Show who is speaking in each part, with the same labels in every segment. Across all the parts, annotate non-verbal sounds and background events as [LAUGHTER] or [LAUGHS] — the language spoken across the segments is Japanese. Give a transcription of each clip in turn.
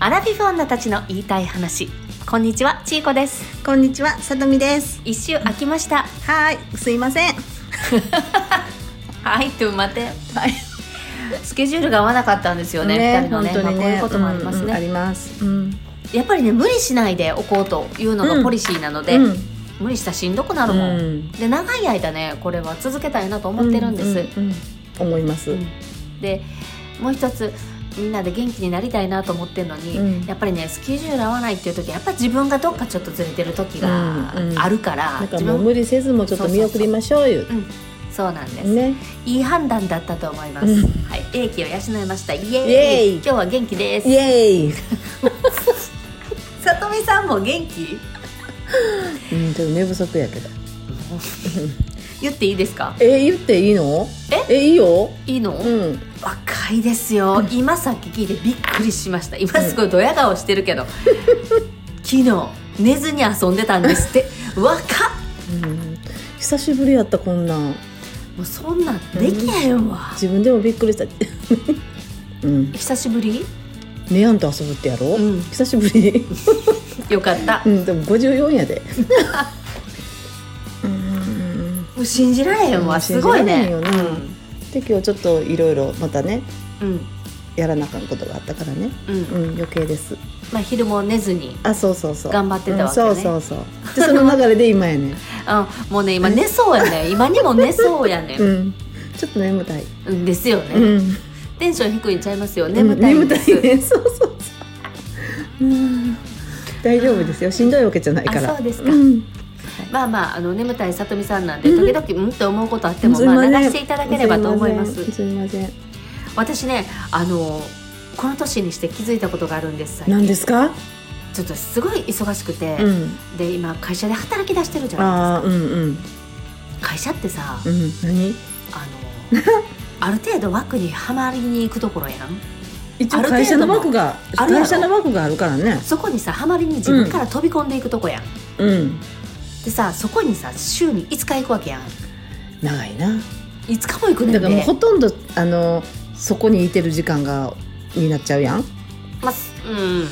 Speaker 1: ラフィフ女たちの言いたい話こんにちはちいこです
Speaker 2: こんにちは、さとみです。
Speaker 1: 一周空きました
Speaker 2: はーい、すいません。
Speaker 1: はいと待て
Speaker 2: はい、
Speaker 1: スケジュールが合わなかったんですよね二人のねまあ、こういうこともありますね、
Speaker 2: うんうんあります。うん。
Speaker 1: やっぱりね無理しないでおこうというのがポリシーなので、
Speaker 2: うん
Speaker 1: 無理したらしんどくなるもん、
Speaker 2: うん
Speaker 1: で長い間ねこれは続けたいなと思ってるんです、
Speaker 2: ううん思います。
Speaker 1: うんでもう一つみんなで元気になりたいなと思ってるのに、
Speaker 2: うん
Speaker 1: やっぱりねスケジュール合わないっていう時やっぱり自分がどっかちょっとずれてる時が
Speaker 2: うんうん
Speaker 1: あるから、
Speaker 2: なんか
Speaker 1: 自
Speaker 2: もう
Speaker 1: 分
Speaker 2: 無理せずもうちょっと見送りましょうよ。
Speaker 1: そうなんです、
Speaker 2: ね。
Speaker 1: いい判断だったと思います、
Speaker 2: うん
Speaker 1: はい英気を養いましたイエーイ
Speaker 2: イエーイ
Speaker 1: 今日は元気です
Speaker 2: イエーイ。
Speaker 1: さとみさんも元気
Speaker 2: うん、ちょっと寝不足やけど。
Speaker 1: 言っていいですか
Speaker 2: えー、言っていいの？え、いいよ。
Speaker 1: いいの、
Speaker 2: うん。
Speaker 1: 若いですよ今さっき聞いてびっくりしました今すごいドヤ顔してる
Speaker 2: [LAUGHS]
Speaker 1: けど、昨日寝ずに遊んでたんですって若っ
Speaker 2: うん。久しぶりやったこんなん。
Speaker 1: もうそんなんできへんわ、
Speaker 2: 自分でもびっくりした。 [LAUGHS] うん。
Speaker 1: 久しぶり
Speaker 2: 寝やんと遊ぶってやろ。
Speaker 1: うん
Speaker 2: 久しぶり。
Speaker 1: よかった
Speaker 2: う、ん、でも54や
Speaker 1: [LAUGHS]
Speaker 2: で。うん
Speaker 1: もう信じられへん
Speaker 2: う
Speaker 1: わ
Speaker 2: ん
Speaker 1: すごいね
Speaker 2: 信じられへんよねで今日ちょっといろいろまたね
Speaker 1: うんうん
Speaker 2: やらなあかんことがあったからね、
Speaker 1: うん、
Speaker 2: うん、余計です
Speaker 1: まあ昼も寝ずに
Speaker 2: あそうそうそう
Speaker 1: 頑張ってたわけね
Speaker 2: うんそうそうそうでその流れで
Speaker 1: [LAUGHS]
Speaker 2: 今やね、
Speaker 1: あもうね今寝そうやね今にも寝そうやね、
Speaker 2: うん、ちょっと眠たい、
Speaker 1: うん、ですよね、
Speaker 2: うん、
Speaker 1: テンション低いんちゃいますよ眠たいん
Speaker 2: 眠
Speaker 1: で
Speaker 2: た
Speaker 1: す、
Speaker 2: いね [LAUGHS] そうそうそう、うん、大丈夫ですよしんどいわけじゃないから
Speaker 1: あそうですか
Speaker 2: ん
Speaker 1: まあまああの眠たいさとみさんなんで時々うんって思うことあっても、
Speaker 2: すい
Speaker 1: まあ、
Speaker 2: ません
Speaker 1: 流していただければと思います
Speaker 2: すいませんすいま
Speaker 1: 私ねあのこの年にして気づいたことがあるんです最
Speaker 2: せん
Speaker 1: 近
Speaker 2: 何ですか、
Speaker 1: ちょっとすごい忙しくて、
Speaker 2: うん、
Speaker 1: で今会社で働き出してるじゃない
Speaker 2: ああーうんうん
Speaker 1: ですか会社ってさ、
Speaker 2: うん何
Speaker 1: あ
Speaker 2: [LAUGHS]
Speaker 1: のある程度枠にはまりに行くところやん
Speaker 2: 一
Speaker 1: あ
Speaker 2: 応
Speaker 1: る程度の
Speaker 2: 会社の枠が
Speaker 1: あるやろ
Speaker 2: 会社の枠があるからね
Speaker 1: そこにさはまりに自分から飛び込んでいくとこやん、
Speaker 2: うん
Speaker 1: でさそこにさ週に5日行くわけやん
Speaker 2: 長いな
Speaker 1: 5日も行くねん
Speaker 2: だからもう
Speaker 1: で
Speaker 2: ほとんどあのそこにいてる時間がになっちゃうやん
Speaker 1: まあすうん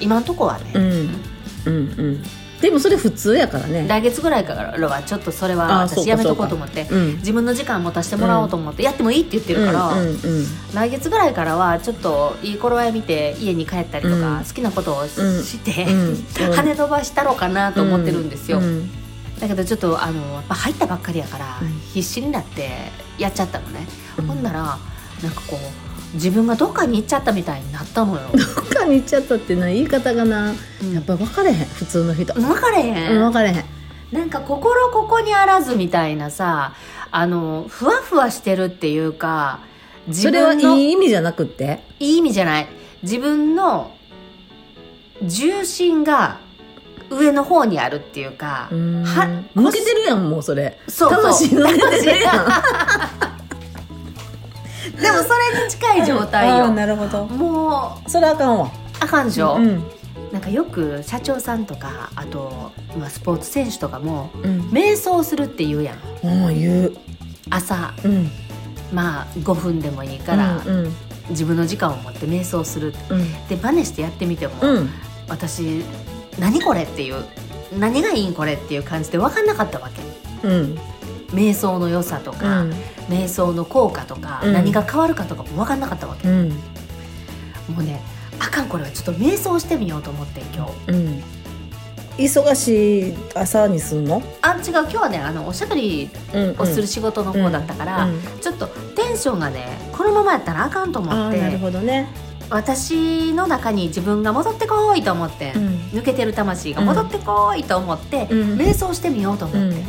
Speaker 1: 今んとこはね、
Speaker 2: うんうんうんでもそれ普通やからね
Speaker 1: 来月ぐらいからはちょっとそれは
Speaker 2: あーそ
Speaker 1: 私
Speaker 2: うか
Speaker 1: やめとこうと思って
Speaker 2: うん
Speaker 1: 自分の時間持たせてもらおうと思って、やってもいいって言ってるから、
Speaker 2: うんうんうん
Speaker 1: 来月ぐらいからはちょっといい頃合い見て家に帰ったりとか、
Speaker 2: うん
Speaker 1: 好きなことをし,、
Speaker 2: うん
Speaker 1: て、
Speaker 2: うん
Speaker 1: [LAUGHS] 跳ね飛ばしたろうかなと思ってるんですよ、
Speaker 2: うん
Speaker 1: だけどちょっとあのやっぱ入ったばっかりやから、
Speaker 2: うん
Speaker 1: 必死になってやっちゃったのね、
Speaker 2: うん
Speaker 1: ほんならなんかこう自分がどっかに行っちゃったみたいになったのよ、
Speaker 2: 他に行っちゃったってな言い方がな
Speaker 1: うん
Speaker 2: やっぱ分かれへん普通の人、
Speaker 1: 分かれへ
Speaker 2: う
Speaker 1: ん、
Speaker 2: ん分かれへん
Speaker 1: なんか心ここにあらずみたいなさあのふわふわしてるっていうか自
Speaker 2: それは
Speaker 1: 分
Speaker 2: い
Speaker 1: のいい
Speaker 2: い意味じゃなくって
Speaker 1: 意味じゃない自分の重心が上の方にあるっていうか、
Speaker 2: うん
Speaker 1: は
Speaker 2: 抜けてるやんもうそれ
Speaker 1: そうそう
Speaker 2: 魂抜
Speaker 1: [LAUGHS]
Speaker 2: けてるやん
Speaker 1: でもそれに近い状態
Speaker 2: あー
Speaker 1: よ
Speaker 2: なるほど
Speaker 1: もう
Speaker 2: それはあかんわ
Speaker 1: あかんでしょ、
Speaker 2: うん
Speaker 1: なんかよく社長さんとかあと、まあ、スポーツ選手とかも
Speaker 2: うん
Speaker 1: 瞑想するって言うやん
Speaker 2: うん言う
Speaker 1: 朝
Speaker 2: うん
Speaker 1: まあ5分でもいいから、
Speaker 2: うんうん
Speaker 1: 自分の時間を持って瞑想するっ
Speaker 2: うん
Speaker 1: て真似してやってみても、
Speaker 2: うん
Speaker 1: 私何これっていう何がいいんこれっていう感じで分かんなかったわけ
Speaker 2: うん
Speaker 1: 瞑想の良さと
Speaker 2: う
Speaker 1: か、
Speaker 2: ん
Speaker 1: 瞑想の効果とか、
Speaker 2: うん
Speaker 1: 何が変わるかとかも分かんなかったわけ、
Speaker 2: うん
Speaker 1: もうねあかんこれはちょっと瞑想してみようと思って今日
Speaker 2: うん忙しい朝にすんの、
Speaker 1: あ違う今日はねあのおしゃべり
Speaker 2: うんうん
Speaker 1: をする仕事の方だったから、
Speaker 2: うん
Speaker 1: ちょっとテンションがねこのままやったらあかんと思
Speaker 2: あ
Speaker 1: っ
Speaker 2: ーなる
Speaker 1: て
Speaker 2: ほどね、
Speaker 1: 私の中に自分が戻ってこいと思って、
Speaker 2: ん
Speaker 1: 抜けてる魂が戻ってこいと思って、
Speaker 2: うん
Speaker 1: 瞑想してみようと思って、
Speaker 2: うん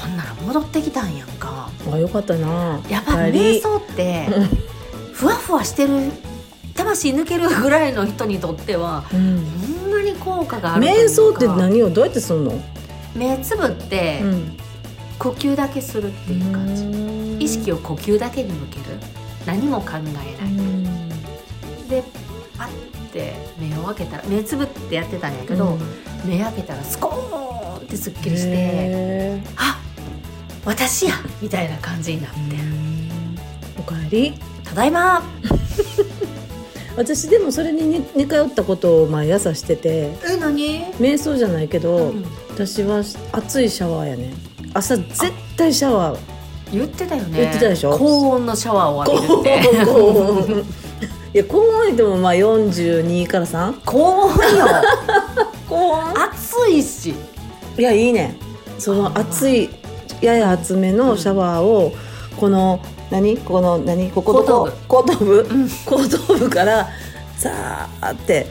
Speaker 1: ほんなら戻ってきたんやんか
Speaker 2: あよかったな
Speaker 1: やっぱ
Speaker 2: 帰り
Speaker 1: 瞑想ってふわふわしてる魂抜けるぐらいの人にとっては
Speaker 2: うん
Speaker 1: ほんまに効果があるというか
Speaker 2: 瞑想って何をどうやってすんの、
Speaker 1: 目つぶって
Speaker 2: ん、
Speaker 1: 呼吸だけするっていう感じ、意識
Speaker 2: を
Speaker 1: を呼吸だけに向ける何も考えない、でパッて目を開けたら目つぶってやってたんやけど、目開けたらスコーンってすっきりして
Speaker 2: へ
Speaker 1: あ私やみたいな感じになって
Speaker 2: ーうんおかえり
Speaker 1: 「ただいま
Speaker 2: 私でもそれに似似通ったことを毎朝してて
Speaker 1: え何
Speaker 2: 瞑想じゃないけど、
Speaker 1: うん
Speaker 2: 私は熱いシャワーやね朝絶対シャワー
Speaker 1: 言ってたよね
Speaker 2: 言ってたでしょ
Speaker 1: 高温のシャワーを
Speaker 2: 高
Speaker 1: 浴
Speaker 2: 温
Speaker 1: びるって
Speaker 2: 高温いや高温でもまあ42から
Speaker 1: [LAUGHS]
Speaker 2: 3
Speaker 1: 高温よ
Speaker 2: 高温
Speaker 1: 暑いし
Speaker 2: いやいいねその熱いやや厚めのシャワーをこの何この何ここと後頭部
Speaker 1: うん
Speaker 2: 後頭部からザーって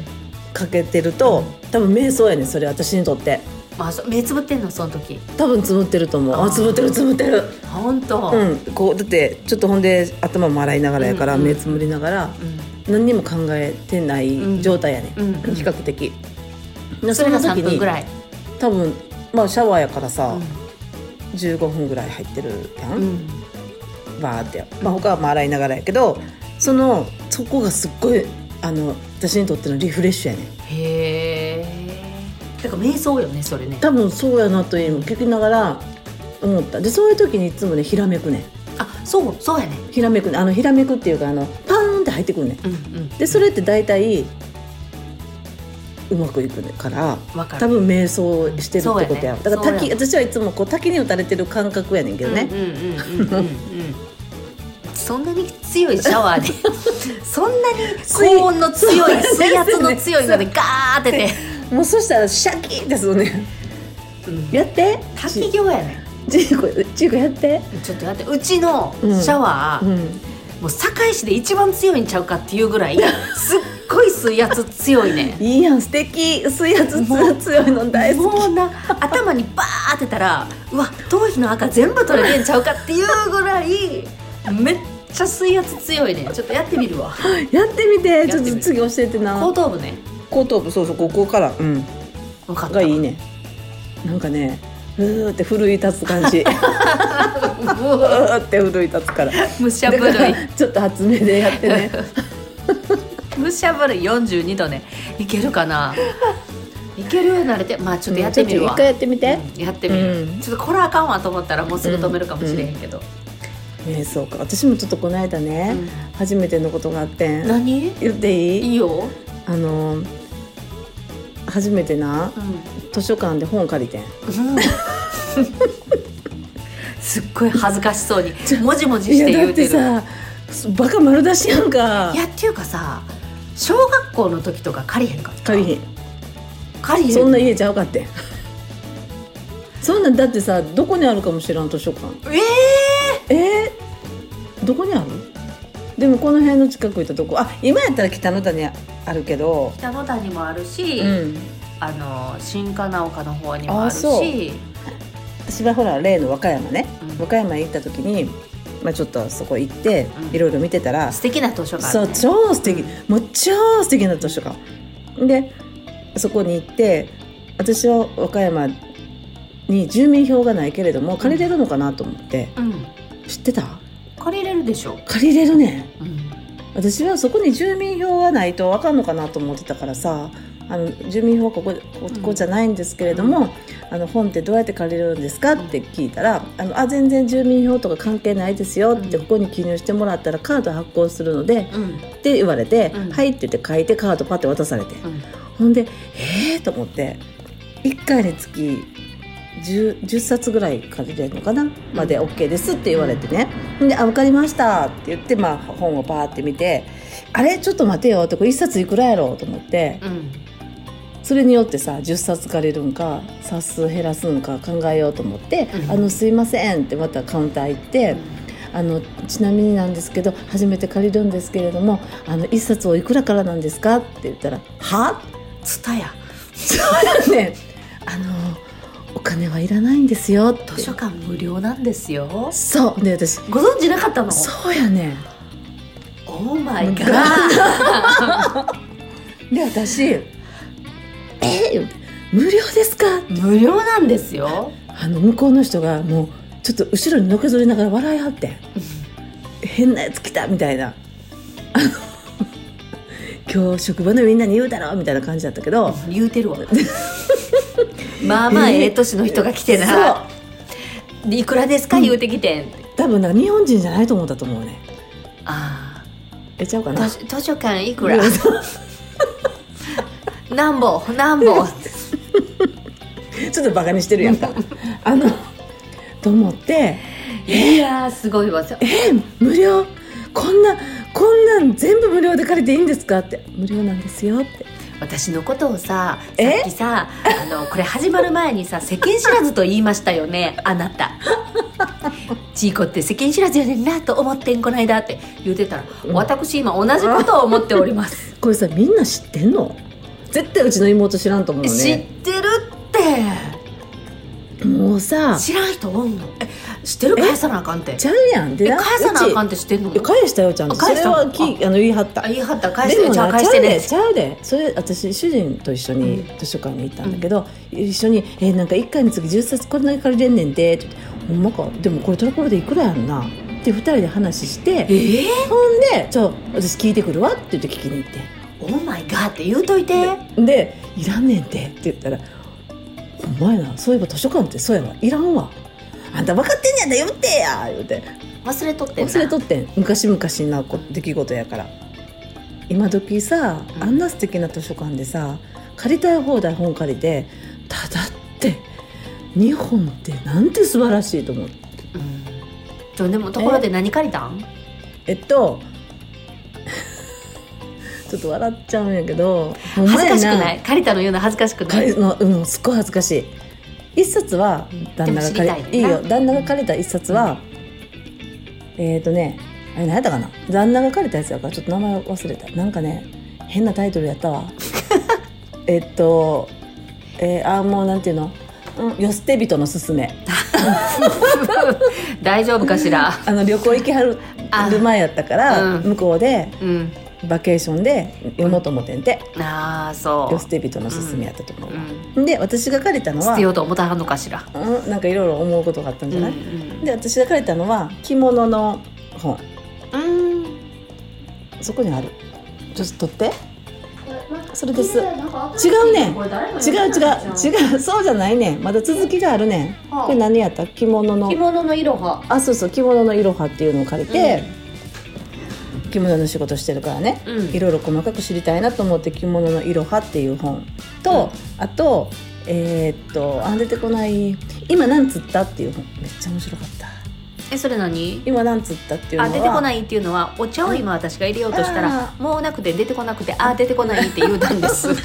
Speaker 2: かけてると多分瞑想やねそれ私にとって
Speaker 1: まあそう目つぶってんのその時
Speaker 2: 多分つむってると思う
Speaker 1: あ
Speaker 2: あ
Speaker 1: ー
Speaker 2: つむってるつむってる
Speaker 1: 本当
Speaker 2: うんこうだってちょっとほんで頭も洗いながらやから
Speaker 1: うんうん
Speaker 2: 目つむりながら何にも考えてない状態やね
Speaker 1: うん、うん
Speaker 2: 比較的
Speaker 1: それが
Speaker 2: その時
Speaker 1: 3
Speaker 2: に
Speaker 1: 分ぐらい、
Speaker 2: 多分まあシャワーやからさ
Speaker 1: う
Speaker 2: 15分ぐらい入ってるやん
Speaker 1: んうん
Speaker 2: バーって、まあ、他はまあ洗いながらやけどそのそこがすっごいあの私にとってのリフレッシュやね
Speaker 1: へえだから瞑想よねそれね
Speaker 2: 多分そうやなというのを聞きながら思ったでそういう時にいつもねひらめくね
Speaker 1: あそうそうやね
Speaker 2: ひらめくあのひらめくっていうかあのパーンって入ってくるね
Speaker 1: うんうん
Speaker 2: でそれって大体うまくいくから
Speaker 1: わかる
Speaker 2: 多分瞑想してるってことやん
Speaker 1: そうやね
Speaker 2: だから
Speaker 1: そう
Speaker 2: 滝
Speaker 1: や
Speaker 2: 私はいつもこう滝に打たれてる感覚やねんけどね、
Speaker 1: うんうんうんうんうんうんそんなに強いシャワ
Speaker 2: [LAUGHS]
Speaker 1: ーでそんなに高温の強い
Speaker 2: 水
Speaker 1: 水圧の強いのでガーってて、
Speaker 2: もうそしたらシャキーンですよね
Speaker 1: うん、
Speaker 2: やって
Speaker 1: 滝行やね
Speaker 2: ジーコジーコやって
Speaker 1: ちょっとやってうちのシ
Speaker 2: うん
Speaker 1: ャワー、
Speaker 2: うん
Speaker 1: もう堺市で一番強いんちゃうかっていうぐ
Speaker 2: [LAUGHS]
Speaker 1: らいすっごい水圧強いね
Speaker 2: いいやん素敵水圧強いの大好
Speaker 1: もうな頭にバーってたらうわ頭皮の赤全部取れてんちゃうかっていうぐらいめっちゃ水圧強いねちょっとやってみるわ
Speaker 2: きやってみて
Speaker 1: て
Speaker 2: ちょっと次教えて
Speaker 1: 後
Speaker 2: な
Speaker 1: 頭部ね
Speaker 2: 後頭部そうそうここからうん
Speaker 1: 分かった
Speaker 2: がいいねなんかねうーって奮い立
Speaker 1: [LAUGHS]
Speaker 2: つ感じうーって奮い立つから
Speaker 1: [LAUGHS] むしゃぶ
Speaker 2: だ
Speaker 1: る
Speaker 2: か
Speaker 1: い
Speaker 2: らちょっと厚めでやってね
Speaker 1: むしゃぶるい42度ねいけるかないけるようになれてまあちょっとやってみるわ、
Speaker 2: うんちょっと一回やってみて
Speaker 1: うんやってみる、
Speaker 2: うん
Speaker 1: ちょっとこれあかんわと思ったらもうすぐ止めるかもしれへんけど、
Speaker 2: 瞑想か私もちょっとこの間ね
Speaker 1: うん
Speaker 2: 初めてのことがあってん
Speaker 1: 何い
Speaker 2: 言っていい
Speaker 1: いよ、
Speaker 2: あの初めてな
Speaker 1: うん
Speaker 2: 図書館で本借りてん
Speaker 1: うんすっごい恥ずかしそうにもじもじして言うてる
Speaker 2: いやだってさバカ丸出しやんか
Speaker 1: いやっていうかさ小学校の時とか借りへんかった
Speaker 2: 借りひん
Speaker 1: 借りへん
Speaker 2: そんな家ちゃうかってそんなんだってさどこにあるかもしらん図書館
Speaker 1: ええ
Speaker 2: えー、どこにあるでもこの辺の近く行ったとこあ今やったら北の谷あるけど
Speaker 1: 北野谷もあるし、
Speaker 2: うん
Speaker 1: あの新金岡の方にもある
Speaker 2: あそう
Speaker 1: し
Speaker 2: 私はほら例の和歌山ね、
Speaker 1: うん
Speaker 2: 和歌山行った時に、まあ、ちょっとそこ行って
Speaker 1: うん
Speaker 2: いろいろ見てたら、
Speaker 1: 素敵な図書館、
Speaker 2: そう
Speaker 1: ね、
Speaker 2: 超素敵もう超素敵な図書館でそこに行って私は和歌山に住民票がないけれども借りれるのかなと思って、
Speaker 1: うん
Speaker 2: 知ってた
Speaker 1: 借りれるでしょ、
Speaker 2: 借りれるね
Speaker 1: うん、
Speaker 2: 私はそこに住民票がないとあかんのかなと思ってたからさあの住民票はこここここじゃないんですけれども、あの本ってどうやって借りれるんですかって聞いたら「あのあ全然住民票とか関係ないですよ」って、
Speaker 1: うん
Speaker 2: ここに記入してもらったらカード発行するので
Speaker 1: うん
Speaker 2: って言われて「
Speaker 1: うん
Speaker 2: はい」って言って書いてカードパッて渡されて、
Speaker 1: うん
Speaker 2: ほんで「えー!」と思って1回につき 10, 10冊ぐらい借りれるのかなまで OK ですって言われてね「ほんであ分かりました」って言って、まあ、本をパーって見て「あれちょっと待てよ」ってこれ1冊いくらやろうと思って
Speaker 1: うん
Speaker 2: それによってさ10冊借りるんか冊数減らすんか考えようと思って「
Speaker 1: うん
Speaker 2: あのすいません」ってまたカウンター行って。あのちなみになんですけど初めて借りるんですけれどもあの1冊をいくらからなんですか?」って言ったら「は?」
Speaker 1: ツタヤ
Speaker 2: ねあのお金はいらないんですよって
Speaker 1: 図書館無料なんですよ
Speaker 2: そうで私
Speaker 1: ご存知なかったの
Speaker 2: そうやね
Speaker 1: オーマイガ
Speaker 2: で私「えー無料ですか?」
Speaker 1: ー無料なんですよ
Speaker 2: あの向こうの人がもうちょっと後ろにのけぞりながら笑いはって変なやつ来たみたいな [LAUGHS] あの今日職場のみんなに言うだろみたいな感じだったけど
Speaker 1: 言うて
Speaker 2: [LAUGHS]
Speaker 1: るわまあまあええ年の人が来てな、でいくらですか言うてきてんって、
Speaker 2: 多分な日本人じゃないと思ったと思うね
Speaker 1: ああ
Speaker 2: えちゃうかな
Speaker 1: 図書図書館いく
Speaker 2: [LAUGHS]
Speaker 1: ら何本何本
Speaker 2: ちょっとバカにしてるやんかあのと思って
Speaker 1: いやーすごいわそ
Speaker 2: え無料こんなこんなん全部無料で借りていいんですかって無料なんですよって
Speaker 1: 私のことをささ
Speaker 2: え
Speaker 1: っきさあのこれ始まる前にさ世間知らずと言いましたよねあなた。ジーコって世間知らずやねんなと思ってんこないだって言うてたら、
Speaker 2: うん
Speaker 1: 私今同じことを思っております、
Speaker 2: これさみんな知ってんの絶対うちの妹知らんと思う
Speaker 1: 知っ
Speaker 2: ね
Speaker 1: てるって
Speaker 2: もうさ
Speaker 1: 知らん人おんのえ知ってる返さなあかんって
Speaker 2: ちゃうやんで
Speaker 1: え返さなあかん
Speaker 2: う
Speaker 1: って知ってんの
Speaker 2: ちいや返したよちゃんと
Speaker 1: あ
Speaker 2: そ
Speaker 1: 返し
Speaker 2: れ
Speaker 1: たの
Speaker 2: はきあの言い張った
Speaker 1: あ言い張った返し
Speaker 2: で
Speaker 1: て
Speaker 2: も
Speaker 1: じゃあ
Speaker 2: な
Speaker 1: 返
Speaker 2: ち
Speaker 1: し
Speaker 2: ゃ
Speaker 1: て
Speaker 2: うで
Speaker 1: ね
Speaker 2: ちゃうでそれ私主人と一緒に図書館に行ったんだけど、一緒に「えなんか1回につき10冊これだけ借りれんねんで」って言って「ほんまかでもこれところでいくらやんな」って2人で話して
Speaker 1: えー、
Speaker 2: ほんで「ちょ私聞いてくるわ」って言って聞きに行っ
Speaker 1: オーマイガーって言うといて
Speaker 2: てで「いらんねんて」って言ったら「ほんまやなそういえば図書館ってそうやわいらんわあんた分かってんねんやったら言ってや」言う
Speaker 1: 忘れとって
Speaker 2: て
Speaker 1: んな
Speaker 2: 忘れとってん昔々なこ出来事やから今時さ
Speaker 1: うん
Speaker 2: あんな素敵な図書館でさ借りたい放題本借りてただって日本ってなんて素晴らしいと思う
Speaker 1: うんちょでもところで何借りたん
Speaker 2: えっと [LAUGHS] ちょっと笑っちゃうんやけどほんま
Speaker 1: 恥ず
Speaker 2: や
Speaker 1: かしくない借りたの言うの恥ずかしくな
Speaker 2: 借
Speaker 1: い
Speaker 2: りのうんすっごい恥ずかしい一冊は
Speaker 1: うん
Speaker 2: 旦
Speaker 1: でも
Speaker 2: 那が
Speaker 1: 知りたい
Speaker 2: 借
Speaker 1: よな
Speaker 2: りいいよ旦那が借りた一冊は、えっ、ー、とねあれ何やったかな旦那が借りたやつやからちょっと名前忘れたなんかね変なタイトルやっ
Speaker 1: [LAUGHS]
Speaker 2: たわえっとえー、あーもうなんていうの、うん、よ捨て人のすすめ
Speaker 1: [LAUGHS] 大丈夫かしら
Speaker 2: あの旅行行きはる
Speaker 1: [LAUGHS] あ
Speaker 2: る前やったから、
Speaker 1: うん
Speaker 2: 向こうで
Speaker 1: うん
Speaker 2: バケーションで読もうと思ってんて、
Speaker 1: ああそ
Speaker 2: よ捨て人のすすめやったと思う
Speaker 1: う、う
Speaker 2: わ、
Speaker 1: ん、
Speaker 2: で私が借りたの
Speaker 1: 捨
Speaker 2: は
Speaker 1: てようと思ったはんのかしら
Speaker 2: うん、なんかいろいろ思うことがあったんじゃない、
Speaker 1: うん
Speaker 2: で私が書いたのは着物の本
Speaker 1: うん
Speaker 2: そこにあるちょっと取ってそれ
Speaker 1: で
Speaker 2: です
Speaker 1: す
Speaker 2: 違うねん違う違う違うそうじゃないねんまだ続きがあるねんこれ何やった着物の
Speaker 1: 着物の色は
Speaker 2: あそうそう着物のいろはっていうのを借りて、着物の仕事してるからね
Speaker 1: うん
Speaker 2: いろいろ細かく知りたいなと思って「着物のいろは」っていう本と、あとえーっとあ出てこない「今なんつった」っていう本めっちゃ面白かった
Speaker 1: えそれ何
Speaker 2: 今なんつったっていうの
Speaker 1: あ
Speaker 2: は
Speaker 1: 出てこないっていうのはお茶を今私が入れようとしたらもうなくて出てこなくてあー出てこないって言うたんです
Speaker 2: そう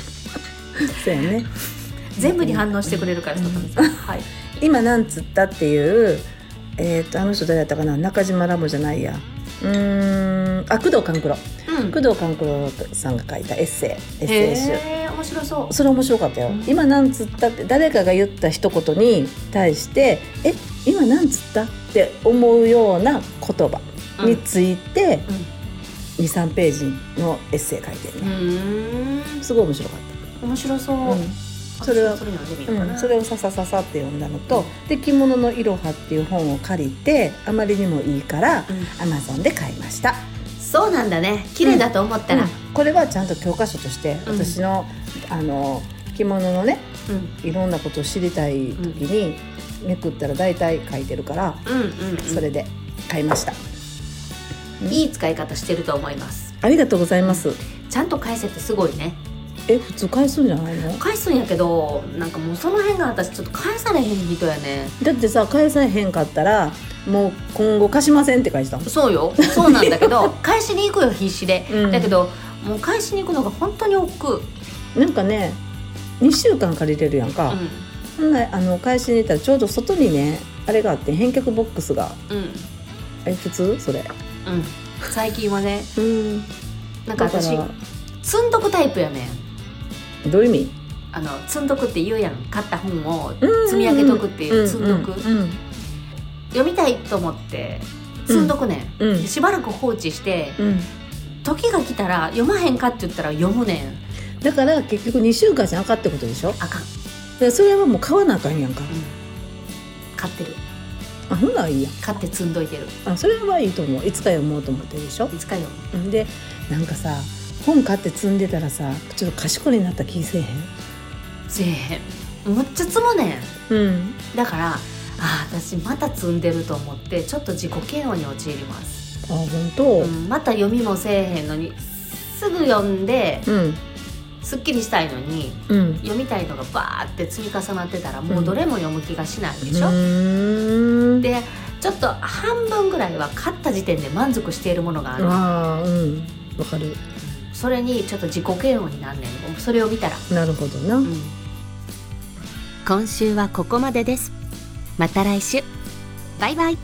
Speaker 2: やね
Speaker 1: [LAUGHS] 全部に反応してくれるから里見さんはい
Speaker 2: 今なんつったっていう、えー、とあの人誰だったかな中島ラボじゃないやうーんあ工藤官九郎
Speaker 1: うん
Speaker 2: 工藤官九郎さんが書いたエッセイエッセイ集
Speaker 1: へえ面白そう
Speaker 2: それ面白かったよ、
Speaker 1: うん
Speaker 2: 今なんつったって誰かが言った一言に対してえ今なんつったって思うような言葉
Speaker 1: うん
Speaker 2: について
Speaker 1: うん
Speaker 2: 23ページのエッセイ書いてる
Speaker 1: う
Speaker 2: ね
Speaker 1: ーん
Speaker 2: すごい面白かっ
Speaker 1: 面白そう、
Speaker 2: た、うんそれは
Speaker 1: それ読んでみようかな、
Speaker 2: うん、それをささささって読んだのと「で着物のいろは」っていう本を借りてあまりにもいいから
Speaker 1: うん
Speaker 2: アマゾンで買いました、
Speaker 1: そうなんだね綺麗だと思ったら、
Speaker 2: これはちゃんと教科書として
Speaker 1: うん
Speaker 2: 私の,、あの着物のね
Speaker 1: うん
Speaker 2: いろんなことを知りたい時にめくったら大体書いてるから
Speaker 1: うんうんうん
Speaker 2: それで買いました、
Speaker 1: いい使い方してると思います
Speaker 2: ありがとうございます
Speaker 1: ちゃんと返せってすごいね
Speaker 2: え普通返すんじゃないの
Speaker 1: 返すんやけどなんかもうその辺が私ちょっと返されへん人やね
Speaker 2: だってさ返さへんかったらもう今後貸しませんって返したの
Speaker 1: そうよそうなんだけど [LAUGHS] 返しに行くよ必死で、
Speaker 2: うん
Speaker 1: だけどもう返しに行くのが本当に億劫、
Speaker 2: なんかね2週間借りれるやんか、
Speaker 1: う
Speaker 2: ほんならあの返しに行ったらちょうど外にねあれがあって返却ボックスが
Speaker 1: んうん
Speaker 2: え普通それ
Speaker 1: うん最近はね
Speaker 2: うん
Speaker 1: なんか
Speaker 2: だか
Speaker 1: 私
Speaker 2: ら
Speaker 1: 積んどくタイプやねん
Speaker 2: どういう意味
Speaker 1: あの積んどくって言うやん買った本を積み上げとくっていう、積んどく、
Speaker 2: うん
Speaker 1: 読みたいと思って積んどくねん、
Speaker 2: うん
Speaker 1: でしばらく放置して
Speaker 2: うん
Speaker 1: 時が来たら読まへんかって言ったら読むねん
Speaker 2: だから結局2週間じゃあかんってことでしょだか
Speaker 1: あかん、
Speaker 2: らそれはもう買わなあかんやんか
Speaker 1: 買ってる
Speaker 2: あほんならいいやん
Speaker 1: 買って積んどいてる
Speaker 2: あそれはいいと思ういつか読もうと思ってるでしょ
Speaker 1: いつか読
Speaker 2: んでなんかさ本買って積んでたらさちょっと賢いになった気せえ
Speaker 1: むせえへんむっちゃ積むねん
Speaker 2: へんうん
Speaker 1: だからあー私また積んでると思ってちょっと自己嫌悪に陥ります
Speaker 2: あ本当
Speaker 1: うんまた読みもせえへんのにすぐ読んで
Speaker 2: うん
Speaker 1: すっきりしたいのに
Speaker 2: うん
Speaker 1: 読みたいのがバーって積み重なってたらもうどれも読む気がしないでしょ、
Speaker 2: うーん
Speaker 1: でちょっと半分ぐらいは買った時点で満足しているものがある、
Speaker 2: ああうんわかる
Speaker 1: それにちょっと自己嫌悪になんねんそれを見たら
Speaker 2: なるほどな
Speaker 1: 今週はここまでですまた来週バイバイ